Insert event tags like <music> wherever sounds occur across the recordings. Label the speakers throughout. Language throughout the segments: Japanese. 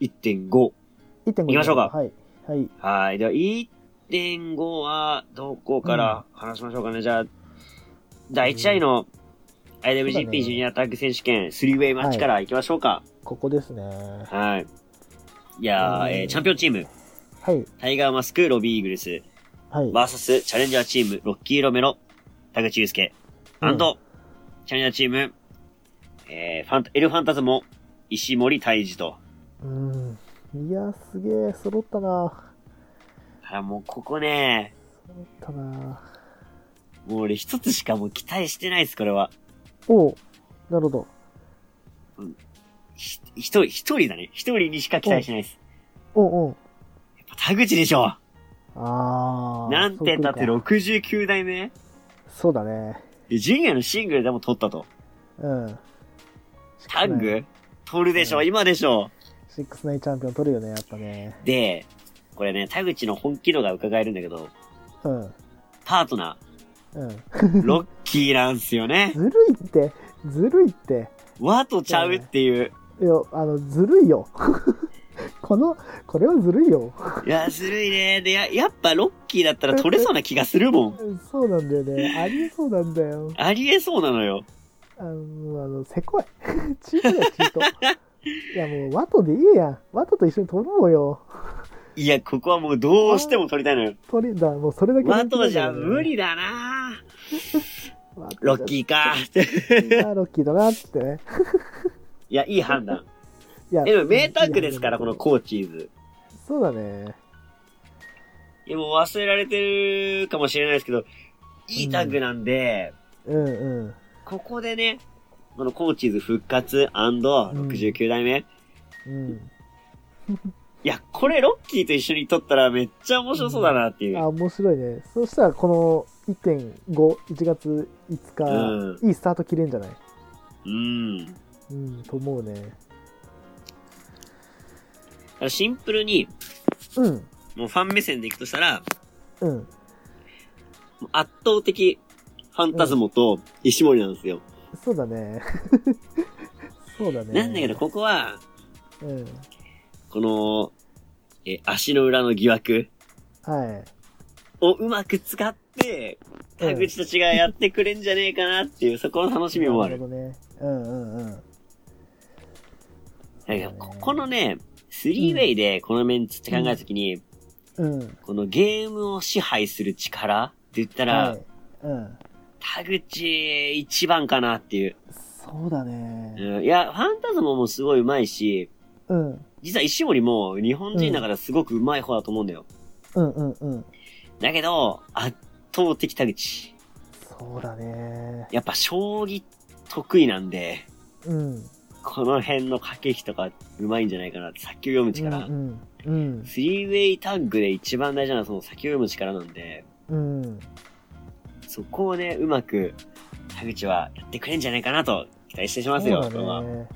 Speaker 1: 1.5。
Speaker 2: 1.5
Speaker 1: 行きましょうか
Speaker 2: はい。はい。
Speaker 1: はい。では、1.5は、どこから話しましょうかね。じゃあ、第1試合の
Speaker 2: そうだ
Speaker 1: IWGP
Speaker 2: ね
Speaker 1: ジュニアタッグ選手権、スリーウェイマッチから行きましょうか。
Speaker 2: ここですね。
Speaker 1: はい。いやー、
Speaker 2: うん
Speaker 1: えーチャンピオンチーム、
Speaker 2: はい。
Speaker 1: タイガーマスク、ロビーイーグルス、
Speaker 2: はい。
Speaker 1: バーサス、チャレンジャーチーム、ロッキーロメロ、田口祐介、アンド、チャレンジャーチーム、えー、ファンタ、エルファンタズモ、石森泰治と。
Speaker 2: うん。いや、すげえ、揃ったな。
Speaker 1: あ、もうここね、
Speaker 2: 揃ったな。
Speaker 1: もう俺一つしかもう期待してないです、これは。
Speaker 2: おうなるほど。
Speaker 1: ひ一人、一人だね。一人にしか期待してないです。
Speaker 2: おうおう
Speaker 1: やっぱ田口でしょ。
Speaker 2: あー。
Speaker 1: なんてだって
Speaker 2: そう来るか
Speaker 1: 69代目
Speaker 2: そうだね。
Speaker 1: でジュニアのシングルでも取ったと。
Speaker 2: うん。
Speaker 1: タッ
Speaker 2: は
Speaker 1: グ取るでしょ、
Speaker 2: うん
Speaker 1: 今でしょ。
Speaker 2: シックスナイチャンピオン取るよね、やっぱね。
Speaker 1: で、これね、田口の本気度が伺えるんだけど、
Speaker 2: うん。
Speaker 1: パートナ
Speaker 2: うん。 <laughs>
Speaker 1: ー、ロッキーなんすよね。
Speaker 2: ずるいって、ずるいって。
Speaker 1: ワとちゃうって
Speaker 2: <laughs>
Speaker 1: いう。
Speaker 2: いや、あの、ずるいよ。 <laughs> この、これはずるいよ。
Speaker 1: いや、ずるいね。で、や、やっぱロッキーだったら取れそうな気がするもん。
Speaker 2: そうなんだよね。ありえそうなんだよ。
Speaker 1: ありえそうなのよ。
Speaker 2: あの、あの、せこい。 <laughs> チートだよ、チート。いや、もう、ワトでいいやん。ワトと一緒に取ろうよ。
Speaker 1: いや、ここはもうどうしても取りた
Speaker 2: <laughs>
Speaker 1: いのよ。
Speaker 2: 取りだ、もうそれだけ
Speaker 1: ワ
Speaker 2: 本気
Speaker 1: ト
Speaker 2: なん
Speaker 1: じ
Speaker 2: だよ
Speaker 1: ゃ
Speaker 2: ね。
Speaker 1: 無理だな
Speaker 2: ワトじゃ。
Speaker 1: ロッキーか。
Speaker 2: あロッキーだな、つってね。
Speaker 1: いや、いい判断。
Speaker 2: いや、
Speaker 1: え、でも名タッグですか
Speaker 2: い
Speaker 1: ら、
Speaker 2: い
Speaker 1: こ
Speaker 2: 判
Speaker 1: の
Speaker 2: 断
Speaker 1: コーチーズ。
Speaker 2: そうだね。
Speaker 1: いや、もう忘れられてるかもしれないですけど、いいタッグなんで、
Speaker 2: うんうん。
Speaker 1: ここでね、このコーチーズ復活 &69 代目、い
Speaker 2: うん。
Speaker 1: や、これロッキーと一緒に撮ったらめっちゃ面白そうだなっていう。
Speaker 2: あ、面白いね。そしたら、この1.5、1月5日、いいスタート切れんじゃない
Speaker 1: うん。だ
Speaker 2: うん、と思うね。
Speaker 1: からシンプルに、
Speaker 2: うん、
Speaker 1: もうファン目線でいくとしたら、
Speaker 2: うん。
Speaker 1: 圧倒的ファンタズモと石森なんですよ。
Speaker 2: そうだね。 <laughs> そうだね。
Speaker 1: なんだけど、ここは、
Speaker 2: うん。
Speaker 1: この、え、足の裏の疑惑
Speaker 2: はい。
Speaker 1: をうまく使って、田口たちがやってくれんじゃねえかなっていう、そこの楽しみもあ
Speaker 2: な
Speaker 1: る。
Speaker 2: ほどね。うんうんうん。
Speaker 1: だけどここのね、スリーウェイでこのメンツって考えたときに、
Speaker 2: うん。
Speaker 1: このゲームを支配する力って言ったら、
Speaker 2: はい。うん。
Speaker 1: 田口一番かなっていう。
Speaker 2: そうだね。
Speaker 1: うんいや、ファンタズモもすごい上手いし、
Speaker 2: うん。
Speaker 1: 実は石森も日本人だからすごく上手い方だと思うんだよ。
Speaker 2: うんうんうん。
Speaker 1: だけど、圧倒的田口。
Speaker 2: そうだね。
Speaker 1: やっぱ将棋得意なんで、
Speaker 2: うん。
Speaker 1: この辺の駆け引きとか上手いんじゃないかなって、先を読む力。
Speaker 2: うんうん。
Speaker 1: スリーウェイタッグで一番大事なのはその先を読む力なんで、
Speaker 2: うん。うん。
Speaker 1: そこをね、うまく、田口はやってくれんじゃないかなと期待してしますよ、
Speaker 2: そう
Speaker 1: これ
Speaker 2: だ
Speaker 1: は
Speaker 2: ね。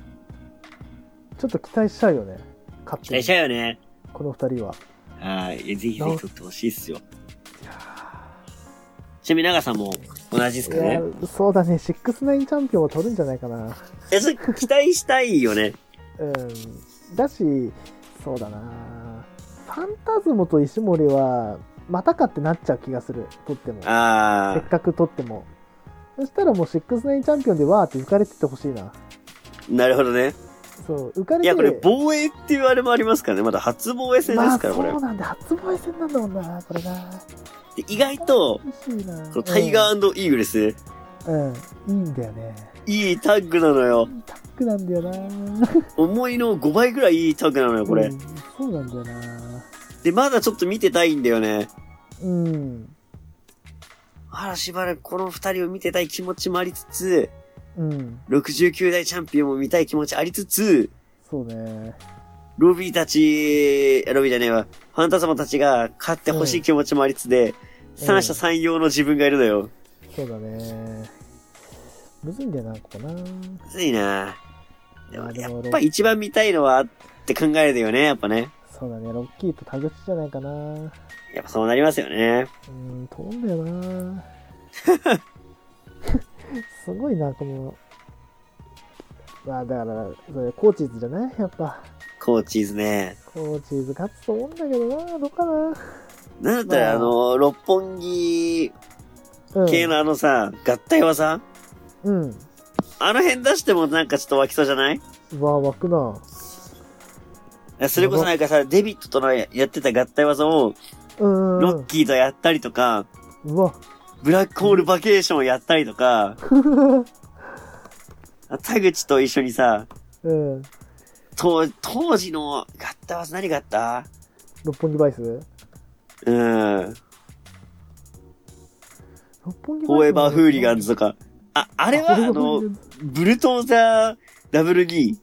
Speaker 2: ちょっと期待しちゃうよね。勝
Speaker 1: 期
Speaker 2: 手
Speaker 1: 待し
Speaker 2: に
Speaker 1: ちゃうよね。
Speaker 2: この二人は。
Speaker 1: はい。ぜひぜひ取ってほしいっすよ。
Speaker 2: いや
Speaker 1: ちなみに長さんも同じですか
Speaker 2: ーい
Speaker 1: ね。
Speaker 2: やーそうだね。シックスナインチャンピオンを取るんじゃないかな。
Speaker 1: いや、それ期待したいよね。
Speaker 2: うん、だし、そうだな、ファンタズムと石森は、またかってなっちゃう気がする、取っても。せ
Speaker 1: あ
Speaker 2: っかく取っても。そしたらもう69チャンピオンでわーって浮かれてってほしいな。 <laughs>
Speaker 1: ー、なるほどね。
Speaker 2: そう、浮かれて
Speaker 1: いや、これ防衛っていうあれもありますからね。まだ初防衛戦ですから、これ
Speaker 2: まあ、そう。なんだ、初防衛戦なんだもんな、これな。
Speaker 1: で意外と、
Speaker 2: 嬉しいな。
Speaker 1: このタイガーイーグルス、
Speaker 2: うん、うん、いいんだよね。
Speaker 1: いいタッグなのよ。
Speaker 2: タックなんだよな。
Speaker 1: 思いの5倍ぐらいいいタッグなのよ、これ。
Speaker 2: うんそうなんだよな。
Speaker 1: で、まだちょっと見てたいんだよね。
Speaker 2: うん、
Speaker 1: あら、しばらくこの二人を見てたい気持ちもありつつ、
Speaker 2: うん、
Speaker 1: 69代チャンピオンも見たい気持ちありつつ、
Speaker 2: そうね。
Speaker 1: ロビーたち、ロビーじゃねえわ、ファンタ様たちが勝ってほしい気持ちもありつつで、三者三様の自分がいるのよ。
Speaker 2: そうだね。むずいんだよな、ここな。
Speaker 1: むずいなでも、
Speaker 2: なる
Speaker 1: や
Speaker 2: ほ
Speaker 1: っ
Speaker 2: ど
Speaker 1: ぱ一番見たいのはって考えるよね、やっぱね。
Speaker 2: そうだね、ロッキーと田口じゃないかな。う
Speaker 1: やっぱそうなりますよね。
Speaker 2: ん、飛んだよな。すごいな、この、まあだから、それ、コーチーズじゃないやっぱ。
Speaker 1: コーチーズね。
Speaker 2: コーチーズ勝つと思うんだけどな、どうかな。
Speaker 1: なんだったら、
Speaker 2: まあ
Speaker 1: あの、六本木
Speaker 2: うん。
Speaker 1: 系のあのさ、合体技
Speaker 2: うん。
Speaker 1: あの辺出してもなんかちょっと湧きそうじゃないう
Speaker 2: わ、湧くな。
Speaker 1: それこそなんかさ、デビットとのやってた合体技を、
Speaker 2: うんうんう
Speaker 1: ロッ
Speaker 2: ん。
Speaker 1: キーとやったりとか、
Speaker 2: うわ。
Speaker 1: ブラックホールバケーションをやったりと
Speaker 2: <laughs>
Speaker 1: か、田口と一緒にさ、
Speaker 2: うん。
Speaker 1: と当時の合体技何があった
Speaker 2: 六本木バイス六
Speaker 1: うん。
Speaker 2: 本木
Speaker 1: フォーエバーフーリガンズとか。あ、あ
Speaker 2: あ
Speaker 1: れは、あの、、ブルトーザーダブルギ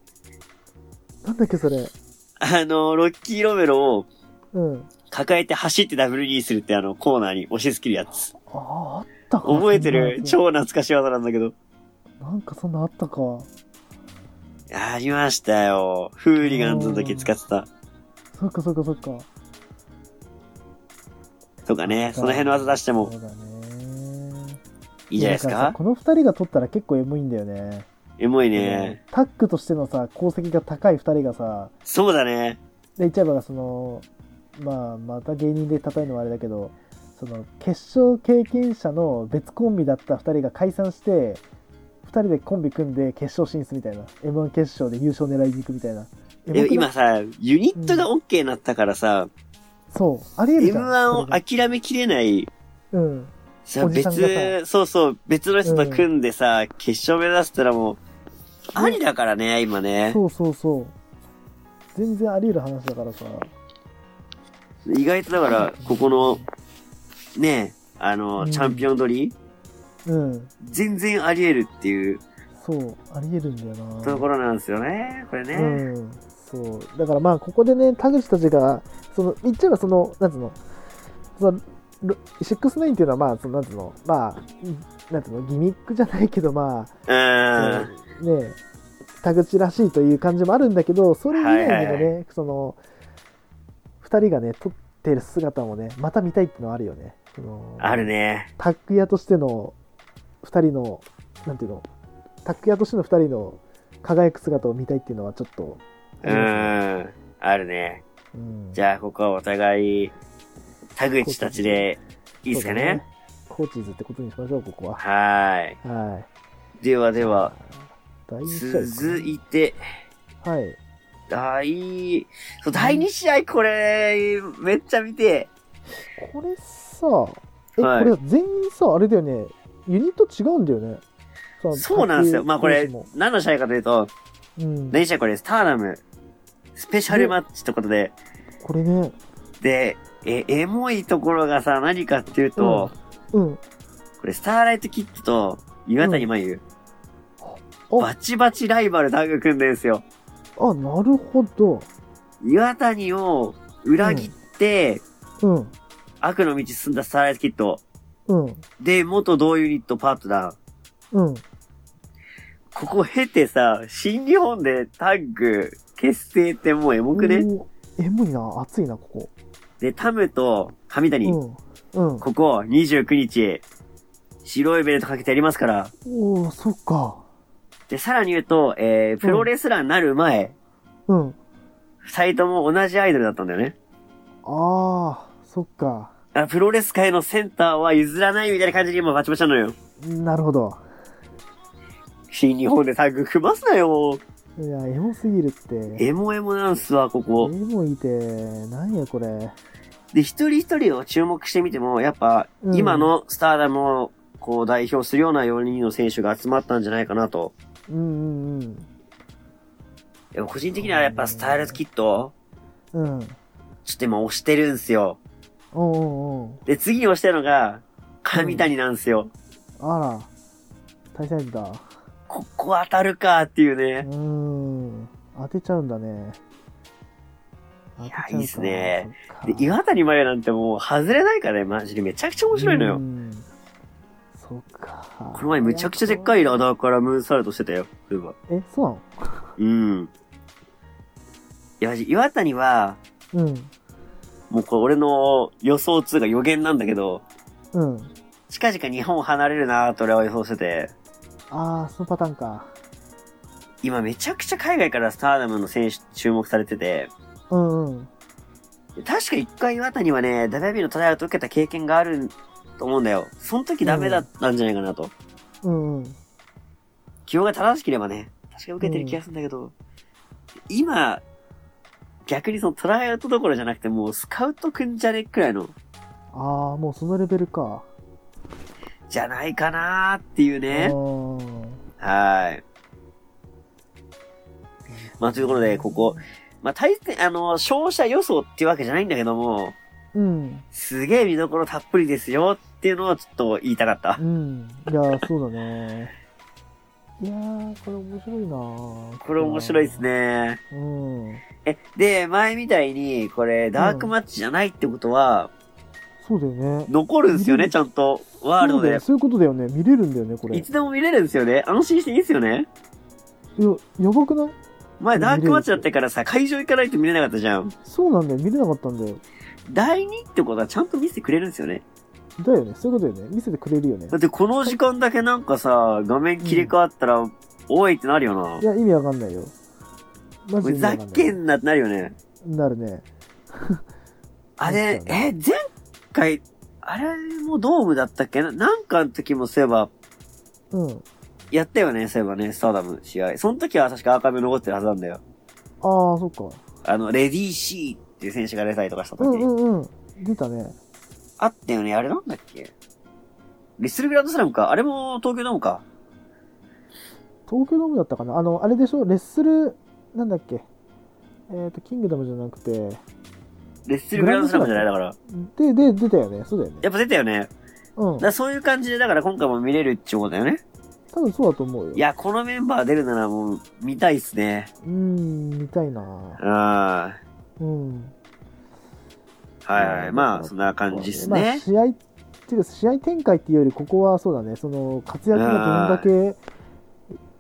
Speaker 1: ー。
Speaker 2: なんだっけそれ。
Speaker 1: あの、ロッキーロメロを
Speaker 2: うん。
Speaker 1: 抱えて走ってダブルギーするってあのコーナーに押し付けるやつ。
Speaker 2: ああ、あったか。
Speaker 1: 覚えてる
Speaker 2: そんな
Speaker 1: 超懐かしい技なんだけど。
Speaker 2: やつなんかそんなあったか。
Speaker 1: ありましたよ。フーリガンズの時使ってた。
Speaker 2: そっかそっかそっか。
Speaker 1: とかね、その辺の技出しても
Speaker 2: そうだね。
Speaker 1: いいじゃないです
Speaker 2: やだらさ
Speaker 1: か
Speaker 2: この二人が取ったら結構エモいんだよね。
Speaker 1: エモいね。
Speaker 2: タッグとしてのさ、功績が高い二人がさ、
Speaker 1: そうだね。
Speaker 2: で、言っちゃえばその、まあ、また芸人で叩いのはあれだけど、その、決勝経験者の別コンビだった二人が解散して、二人でコンビ組んで決勝進出みたいな。M1 決勝で優勝狙いに行くみたいな。エモくな
Speaker 1: え
Speaker 2: い
Speaker 1: 今さ、ユニットが OK になったからさ、
Speaker 2: そう、ありえるじゃん。
Speaker 1: M1 を
Speaker 2: それが
Speaker 1: 諦めきれない、
Speaker 2: うん。
Speaker 1: さ、
Speaker 2: おじさんがさ
Speaker 1: 別、そうそう、別の人と組んでさ、決勝目指すったらもう、ありだからね、今ね。
Speaker 2: そうそうそう。全然あり得る話だからさ。
Speaker 1: 意外とだから、ここの、ね、あの、
Speaker 2: うん
Speaker 1: チャンピオン取り、
Speaker 2: うん。
Speaker 1: 全然あり得るっていう
Speaker 2: そう、あり得るんだよな。
Speaker 1: ところなんですよね、これね。
Speaker 2: うん、そうだからまあここでね田口たちがその言っちゃえばそのなんつうのそのロ69っていうのはまあそのなんつうのまあなんつうのギミックじゃないけどま
Speaker 1: う
Speaker 2: あ、
Speaker 1: ん。
Speaker 2: そのね田口らしいという感じもあるんだけどそれ以外にも
Speaker 1: はい
Speaker 2: ね、
Speaker 1: は
Speaker 2: その2人がね撮ってる姿もねまた見たいっていうのはあるよねその
Speaker 1: あるね。
Speaker 2: タッグ屋としての2人のなんていうのタッグ屋としての2人の輝く姿を見たいっていうのはちょっと
Speaker 1: う
Speaker 2: ありますね
Speaker 1: ん。あるね。
Speaker 2: うん
Speaker 1: じゃあ、ここはお互い、田口たちで、いいですかね
Speaker 2: そうだコーチーズってことにしましょう、ここは。
Speaker 1: はー。
Speaker 2: はい。
Speaker 1: ではいでは、、
Speaker 2: 第2試合です
Speaker 1: 続いて、
Speaker 2: か。はい。
Speaker 1: 第、そう、第2試合、これ、めっちゃ見て。
Speaker 2: これさ、え、
Speaker 1: はい
Speaker 2: これ全員さ、あれだよね、ユニット違うんだよね。その
Speaker 1: そうなんですよ。まあこれ
Speaker 2: 卓球同、
Speaker 1: 何の試合かというと、
Speaker 2: 士もうん。
Speaker 1: 何試合これです。ターナム、スペシャルマッチってことで、
Speaker 2: これね、
Speaker 1: で、え、エモいところがさ、何かっていうと、
Speaker 2: うん。
Speaker 1: これ、スターライトキッドと、岩谷真由、
Speaker 2: うんあ
Speaker 1: バチバチライバルタッグ組んでんすよ。
Speaker 2: あ、なるほど。
Speaker 1: 岩谷を裏切って、
Speaker 2: うん。
Speaker 1: 悪の道進んだスターライトキッド。
Speaker 2: うん。
Speaker 1: で、元同ユニットパートナー。
Speaker 2: うん。
Speaker 1: ここ経てさ、新日本でタッグ結成ってもうエモくね、
Speaker 2: おーエモいな、熱いな、ここ。
Speaker 1: で、タムと上
Speaker 2: う
Speaker 1: 谷、
Speaker 2: ん。うん。
Speaker 1: ここ29日、白いベルトかけてやりますから。
Speaker 2: おー、そっか。
Speaker 1: で、さらに言うと、えー、プロレスラーになる前、
Speaker 2: うん。
Speaker 1: 二人とも同じアイドルだったんだよね。
Speaker 2: あー、そっか。
Speaker 1: あプロレス界のセンターは譲らないみたいな感じで今バチバチなのよ。
Speaker 2: なるほど。
Speaker 1: 新日本でタッグ組ますなよ。
Speaker 2: いや、エモすぎるって。
Speaker 1: エモエモなんすわ、ここ。
Speaker 2: 絵もいて、なんやこれ。
Speaker 1: で、一人一人を注目してみても、やっぱ、
Speaker 2: うん
Speaker 1: 今のスターダムを、こう、代表するような4人の選手が集まったんじゃないかなと。
Speaker 2: うんうん
Speaker 1: でも個人的にはやっぱスタイルズキット、
Speaker 2: うん。うん。
Speaker 1: ちょっと今押してるんすよ。
Speaker 2: おうおうおう
Speaker 1: で、次に押してるのが、神谷なんすよ。
Speaker 2: あら。対戦だ。
Speaker 1: ここ当たるかっていう
Speaker 2: う
Speaker 1: ね。
Speaker 2: ーん。当てちゃうんだね。当てちゃうか
Speaker 1: いやいいっすね。
Speaker 2: そ
Speaker 1: で
Speaker 2: っか、
Speaker 1: 岩谷真由なんてもう外れないからね、マジで。めちゃくちゃ面白いの
Speaker 2: う
Speaker 1: よ。
Speaker 2: ん。そっか。
Speaker 1: この前めちゃくちゃでっかいラダーからムーンサルトしてたよ、そういえば。
Speaker 2: え、そうなの
Speaker 1: うん。いや、マジ岩谷は、
Speaker 2: うん。
Speaker 1: もうこれ俺の予想2が予言なんだけど、
Speaker 2: うん。
Speaker 1: 近々日本を離れるなーと俺は予想してて、
Speaker 2: あー、そのパターンか。
Speaker 1: 今めちゃくちゃ海外からスターダムの選手注目されてて、
Speaker 2: うんうん。
Speaker 1: 確か一回あたりはね、WB のトライアウト受けた経験があると思うんだよ。その時ダメだったんじゃないかなと。
Speaker 2: うんうん。
Speaker 1: 気温が正しければね、確か受けてる気がするんだけど、今、逆にそのトライアウトどころじゃなくてもうスカウトくんじゃねくらいの、
Speaker 2: ああ、もうそのレベルか。
Speaker 1: じゃないかなーっていう
Speaker 2: あ
Speaker 1: ね。
Speaker 2: ー
Speaker 1: はーい。まあ、ということで、ここ、まあ、対戦、あの、勝者予想っていうわけじゃないんだけども、
Speaker 2: うん。
Speaker 1: すげえ見どころたっぷりですよっていうのをちょっと言いたかった
Speaker 2: う。ん。いやー、そうだね。いやー、これ面白いなー
Speaker 1: これ面白いです。ね。
Speaker 2: うん。
Speaker 1: え、で、前みたいに、これ、ダークマッチじゃないってことは、
Speaker 2: そうだよね。
Speaker 1: 残るんですよね、ちゃんと。ワール
Speaker 2: そ
Speaker 1: ド
Speaker 2: うだよ
Speaker 1: で。
Speaker 2: そういうことだよね。見れるんだよね、これ。い
Speaker 1: いつでも見れるんですよね。安心していいですよね。
Speaker 2: や、やばくない
Speaker 1: 前、ダークマッチだったからさ、会場行かないと見れなかったじゃん。
Speaker 2: そうなんだよ。見れなかったんだよ。
Speaker 1: 第2ってことは、ちゃんと見せてくれるんですよね。
Speaker 2: だよね。そういうことだよね。見せてくれるよね
Speaker 1: だっ。てこの時間だけなんかさ、画面切り替わったら、おいってなるよ
Speaker 2: い
Speaker 1: な。
Speaker 2: や、意味わかんないよ。マジ
Speaker 1: ふ
Speaker 2: で意味
Speaker 1: ざ
Speaker 2: わかんない。
Speaker 1: けんなってなるよね。
Speaker 2: なるね。
Speaker 1: あれえ、
Speaker 2: 確、かに
Speaker 1: 前回、あれもドームだったっけななんかの時もそういえば、
Speaker 2: うん。
Speaker 1: やったよね、そういえばね、スターダム試合。その時は確かアーカイブ残ってるはずなんだよ。
Speaker 2: ああ、そっか。
Speaker 1: あの、レディーシーっていう選手が出たりとかした時。
Speaker 2: うんうんうん。出たね。
Speaker 1: あったよね、あれなんだっけリッスルグランドスラムか。あれも東京ドームか。
Speaker 2: 東京ドームだったかなあの、あれでしょレッスル、なんだっけえっ、と、キングダムじゃなくて、
Speaker 1: リッスルグランドスラムじゃないだから。
Speaker 2: で、で、出たよね。そうだよね
Speaker 1: や。っぱ出たよね。
Speaker 2: うん
Speaker 1: だか。らそういう感じで、だから今回も見れるっちゅうことだよね。
Speaker 2: 多分そうだと思うよ。
Speaker 1: いや、このメンバー出るならもう見たいっすね。
Speaker 2: うーん、見たいな
Speaker 1: うん。は
Speaker 2: うん。
Speaker 1: いはい。まあ、そんな感じっすね。
Speaker 2: まあ、試合っていうか、試合展開っていうより、ここはそうだね、その活躍がどんだけ、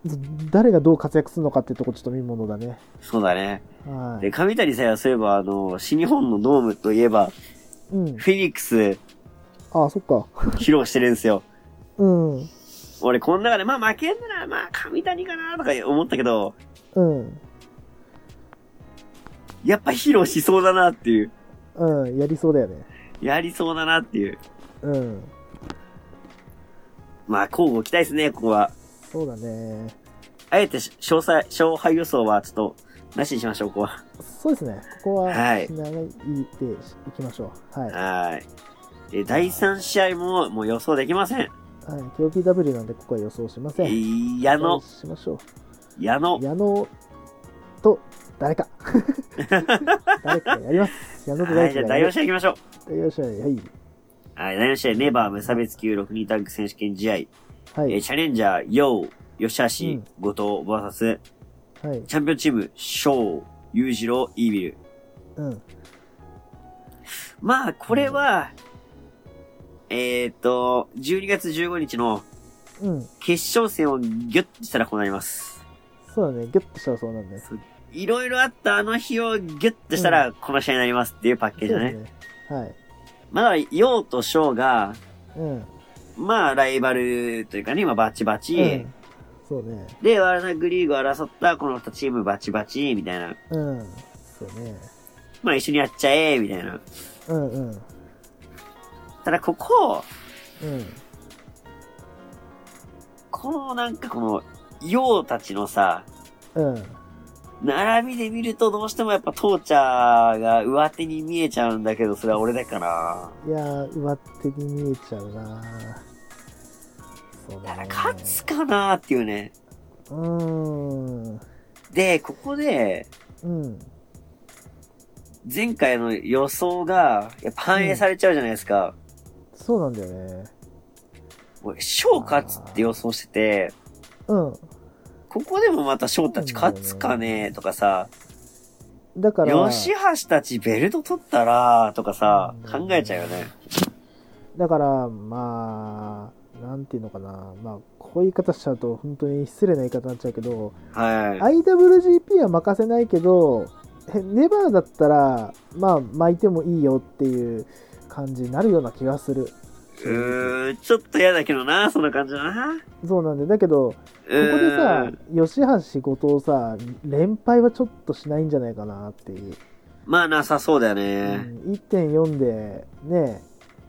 Speaker 2: ず誰がどう活躍するのかってとこ、ちょっと見ものだね。
Speaker 1: そうだね。
Speaker 2: は
Speaker 1: で、
Speaker 2: い。
Speaker 1: 上谷さえはそういえば、あの、新日本のドームといえば、
Speaker 2: うん。
Speaker 1: フェニックス
Speaker 2: ああ、そっか。
Speaker 1: 披露してるんですよ。
Speaker 2: うん。うん。
Speaker 1: 俺、この中で、まあ負けんなら、まあ上谷かなとか思ったけど、やっぱ披露しそうだなっていう。
Speaker 2: うん。やりそうだよね。
Speaker 1: やりそうだなっていう。
Speaker 2: うん。
Speaker 1: まあ、交互期待ですね、ここは。
Speaker 2: そうだね。
Speaker 1: あえて、詳細、勝敗予想はちょっと、なしにしましょう、ここは。
Speaker 2: そうですね。ここは、
Speaker 1: はい
Speaker 2: しないでいきましょう。はい。は
Speaker 1: はい。で、第3試合も、もう予想できません。
Speaker 2: い。KOPW なんで、ここは予想しません。
Speaker 1: 矢
Speaker 2: 予想
Speaker 1: 野、
Speaker 2: しましょう。
Speaker 1: 矢野。
Speaker 2: 矢野と
Speaker 1: <laughs>
Speaker 2: 誰か誰かやります矢野と
Speaker 1: は
Speaker 2: 誰
Speaker 1: い、じ
Speaker 2: か
Speaker 1: ゃあ、第
Speaker 2: や
Speaker 1: 4
Speaker 2: ります
Speaker 1: 試合行きましょう。
Speaker 2: よしはい
Speaker 1: はい、第4試合、ネバー無差別級62タッグ選手権試合。
Speaker 2: はい
Speaker 1: えーチャレンジャー、ヨウ、吉橋、後藤、VS、
Speaker 2: はい
Speaker 1: チャンピオンチーム、翔、裕次郎、イービル。
Speaker 2: うん
Speaker 1: まあ、これは、えーっと、12月15日の
Speaker 2: うん
Speaker 1: 決勝戦をギュッとしたらこうなります。
Speaker 2: そうだねギュッとしたらそうなんだよ
Speaker 1: いろいろあったあの日をギュッとしたらこの試合になりますっていうパッケージだね。
Speaker 2: そうですねはい
Speaker 1: まあだから、ヨウと翔が、
Speaker 2: うん
Speaker 1: まあ、ライバルというかね、今バチバチ。
Speaker 2: うんそうね
Speaker 1: で、ワールドグリーグを争ったこの2チームバチバチ、みたいな。
Speaker 2: うんそうね
Speaker 1: まあ一緒にやっちゃえ、みたいな。
Speaker 2: うんうん
Speaker 1: ただここ、
Speaker 2: うん
Speaker 1: このなんかこの、ヨウたちのさ、
Speaker 2: うん
Speaker 1: 並びで見るとどうしてもやっぱトーチャーが上手に見えちゃうんだけど、それは俺だから。
Speaker 2: いやー上手に見えちゃうなそう
Speaker 1: た
Speaker 2: だ
Speaker 1: だ
Speaker 2: ね
Speaker 1: 勝つかなーっていうね。
Speaker 2: うーん
Speaker 1: で、ここで、
Speaker 2: うん
Speaker 1: 前回の予想が、やっぱ反映されちゃうじゃないですか。
Speaker 2: そうなんだよね
Speaker 1: 俺、翔勝つって予想してて、
Speaker 2: うん
Speaker 1: ここでもまた翔たち勝つかねとかさ、
Speaker 2: だから
Speaker 1: 吉橋たちベルト取ったらとかさ、
Speaker 2: う
Speaker 1: 考
Speaker 2: ん
Speaker 1: えちゃうよね。
Speaker 2: だから、まあ、なんていうのかな、まあ、こういう言い方しちゃうと、本当に失礼な言い方になっちゃうけど、
Speaker 1: はい。
Speaker 2: IWGP は任せないけど、へネバーだったら、まあ、巻いてもいいよっていう感じになるような気がする。
Speaker 1: うーん、ちょっと嫌だけどな、そんな感じだな。こ
Speaker 2: そうなんでだけどこ
Speaker 1: こ
Speaker 2: こでさ吉橋後藤さ連敗はちょっとしないんじゃないかなっていう、
Speaker 1: まあなさそうだよ
Speaker 2: う
Speaker 1: ね。
Speaker 2: ん、1.4でね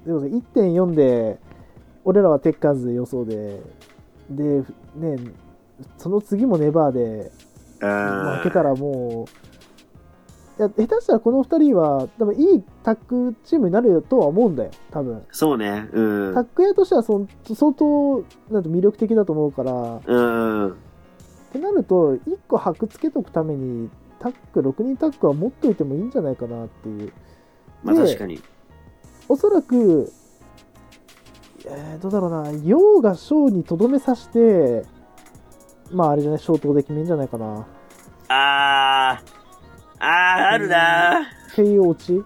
Speaker 2: でもさ1.4で俺らはテッカーズ予想ででねその次もネバーで
Speaker 1: うん。
Speaker 2: 負けたらもういや下手したらこの2人は多分いいタッグチームになるとは思うんだよ多分
Speaker 1: そうね。うん
Speaker 2: タッ。グ屋としてはそん相当なんて魅力的だと思うからっ
Speaker 1: うん。
Speaker 2: てなると1個箔つけとくためにタッグ6人タッグは持っといてもいいんじゃないかなっていう
Speaker 1: まあ
Speaker 2: で
Speaker 1: 確かに。
Speaker 2: おそらくえーどうだろうな陽が翔にとどめさしてまああれじゃない消灯で決めんじゃないかな
Speaker 1: あー。あー、あるなー。
Speaker 2: っていうオチ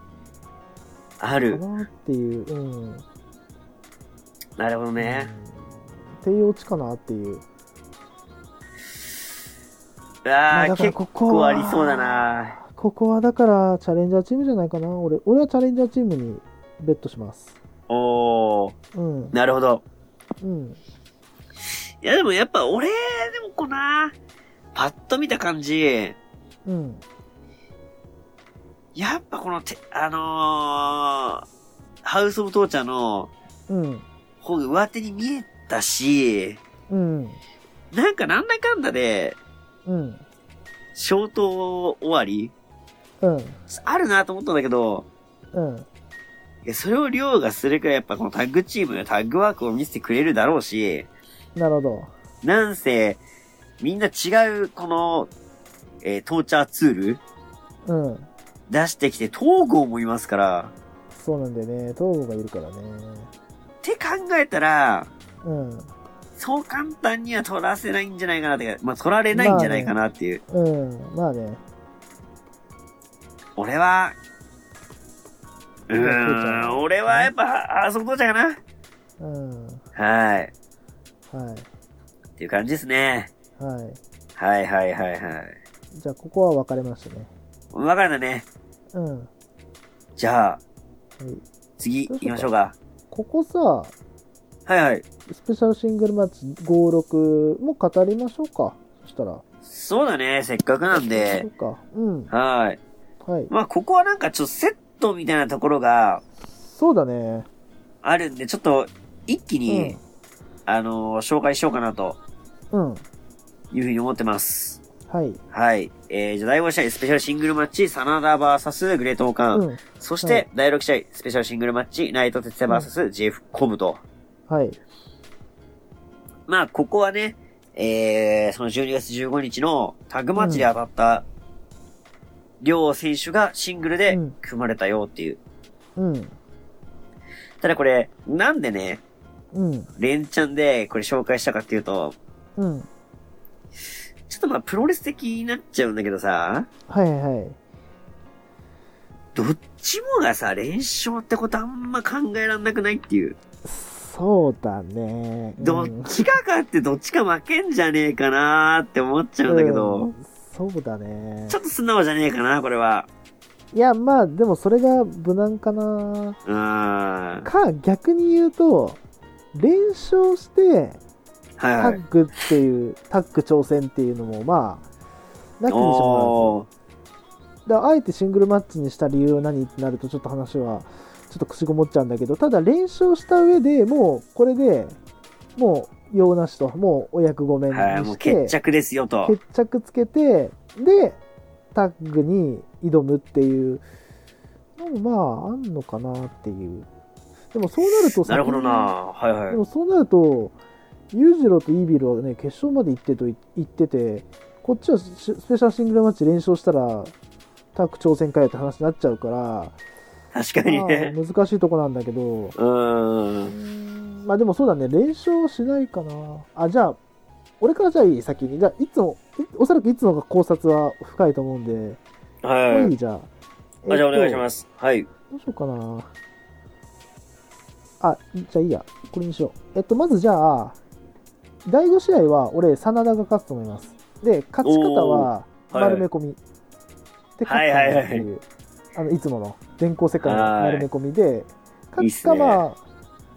Speaker 1: あ
Speaker 2: か
Speaker 1: る。
Speaker 2: なっていう、うん、
Speaker 1: なるほどね。
Speaker 2: うん。低落ちかなっていう。ま
Speaker 1: あ
Speaker 2: あ
Speaker 1: ー、
Speaker 2: だから
Speaker 1: 結
Speaker 2: ここ
Speaker 1: 構
Speaker 2: は
Speaker 1: ありそうだな。
Speaker 2: ここはだからチャレンジャーチームじゃないかな。俺、俺はチャレンジャーチームにベットします。
Speaker 1: おー。
Speaker 2: うん。
Speaker 1: なるほど。
Speaker 2: うん。
Speaker 1: いやでもやっぱ俺、でもこうな、パッと見た感じ、
Speaker 2: うん。
Speaker 1: やっぱこのて、あのー、ハウス・オブ・トーチャーの
Speaker 2: うん。
Speaker 1: 方が上手に見えたし、
Speaker 2: うん。
Speaker 1: なんかなんだかんだで、
Speaker 2: うん。
Speaker 1: ショート終わり
Speaker 2: うん。
Speaker 1: あるなと思ったんだけど、
Speaker 2: うん。
Speaker 1: いやそれを亮がするくらいやっぱこのタッグチームのタッグワークを見せてくれるだろうし、
Speaker 2: なるほど。
Speaker 1: なんせ、みんな違うこの、えートーチャーツール
Speaker 2: うん。
Speaker 1: 出してきて、東郷もいますから、
Speaker 2: そうなんだよね。東郷がいるからね。
Speaker 1: って考えたら、
Speaker 2: うん。
Speaker 1: そう簡単には取らせないんじゃないかなってか、まあ、取られないんじゃないかなっていう。
Speaker 2: うん。まあね。
Speaker 1: 俺は、う
Speaker 2: ま
Speaker 1: ー
Speaker 2: あ
Speaker 1: ん、俺はやっぱ、あそこ通っちゃうか
Speaker 2: うん。は
Speaker 1: な。はい。
Speaker 2: い。
Speaker 1: っていう感じですね。
Speaker 2: はい。
Speaker 1: はいはいはいはい。
Speaker 2: じゃあ、ここは分かれましたね。
Speaker 1: わかるんだね。
Speaker 2: うん。は
Speaker 1: じゃあ、
Speaker 2: い。
Speaker 1: 次行きましょうか。
Speaker 2: ここさ、
Speaker 1: はいはい。
Speaker 2: スペシャルシングルマッチ56も語りましょうか。そしたら。
Speaker 1: そうだね。せっかくなん
Speaker 2: そう
Speaker 1: で。
Speaker 2: か。うん。
Speaker 1: はい。
Speaker 2: はい。
Speaker 1: まあ、ここはなんかちょっとセットみたいなところが
Speaker 2: そうだね。
Speaker 1: あるんで、ちょっと一気
Speaker 2: う
Speaker 1: に、
Speaker 2: ん。
Speaker 1: あのー紹介しようかなと
Speaker 2: うん。
Speaker 1: いうふうに思ってます。
Speaker 2: はい。
Speaker 1: はい。えー、じゃあ第5試合スペシャルシングルマッチ、真田 VS グレートオーカン。
Speaker 2: うん。
Speaker 1: そし
Speaker 2: は
Speaker 1: て
Speaker 2: い、
Speaker 1: 第6試合スペシャルシングルマッチ、ナイト哲也 VS ジェフコブと。
Speaker 2: はい。
Speaker 1: まあ、ここはね、えー、その12月15日のタッグマッチで当たった、両選手がシングルで
Speaker 2: うん
Speaker 1: 組まれたよっていう。
Speaker 2: うん。
Speaker 1: ただこれ、なんでね、
Speaker 2: うん。
Speaker 1: 連チャンでこれ紹介したかっていうと、
Speaker 2: うん。
Speaker 1: ちょっとまあ、プロレス的になっちゃうんだけどさ、
Speaker 2: はいはい。
Speaker 1: どっちもがさ、連勝ってことあんま考えらんなくないっていう。
Speaker 2: そうだね。
Speaker 1: どっ
Speaker 2: うん
Speaker 1: ちか勝ってどっちか負けんじゃねえかなーって思っちゃうんだけど、
Speaker 2: うんそうだね
Speaker 1: ちょ。っと素直じゃねえかな、これは。
Speaker 2: いや、まあ、でもそれが無難かな。
Speaker 1: うーん。
Speaker 2: か、逆に言うと、連勝して、
Speaker 1: はい
Speaker 2: タ
Speaker 1: はい。
Speaker 2: ッグっていう、タッグ挑戦っていうのも、まあ、なきにしも
Speaker 1: おー
Speaker 2: あらず。だからあえてシングルマッチにした理由は何ってなると、ちょっと話は、ちょっと口ごもっちゃうんだけど、ただ連勝した上でもう、これでもう、用なしと、もうお役御免に
Speaker 1: はい、もう
Speaker 2: して、
Speaker 1: 決着ですよと。
Speaker 2: 決着つけて、で、タッグに挑むっていうのも、まあ、あんのかなっていう。でもそうなると
Speaker 1: <laughs> なるほどな
Speaker 2: 先に
Speaker 1: はい
Speaker 2: で
Speaker 1: はい。
Speaker 2: もそうなると、裕次郎とイービルはね、決勝まで行ってとい行ってて、こっちはしスペシャルシングルマッチ連勝したら、タッグ挑戦会って話になっちゃうから、ま
Speaker 1: <laughs> 確か
Speaker 2: あ
Speaker 1: にね。
Speaker 2: 難しいとこなんだけど、
Speaker 1: うー
Speaker 2: うー
Speaker 1: ん。
Speaker 2: んまあでもそうだね、連勝しないかな。あ、じゃあ、俺からじゃあいい、先に。じゃあ、いつも、いおそらくいつもが考察は深いと思うんで、
Speaker 1: はい
Speaker 2: い
Speaker 1: い。
Speaker 2: い、じゃあ。
Speaker 1: あ、じゃあお願いし
Speaker 2: す。
Speaker 1: ます。はい。
Speaker 2: どうしようかな。あ、じゃあいいや。これにしよう。えっと、まずじゃあ、第5試合は俺、真田が勝つと思います。で、勝ち方は
Speaker 1: おーはい
Speaker 2: 丸め込み。で、勝
Speaker 1: は
Speaker 2: っ
Speaker 1: い
Speaker 2: た
Speaker 1: は
Speaker 2: ない
Speaker 1: はい
Speaker 2: っていう、あの、いつもの、電光世界の
Speaker 1: はい
Speaker 2: 丸め込みで、
Speaker 1: いい
Speaker 2: 勝
Speaker 1: っ
Speaker 2: つ
Speaker 1: す
Speaker 2: か
Speaker 1: ね
Speaker 2: まあ、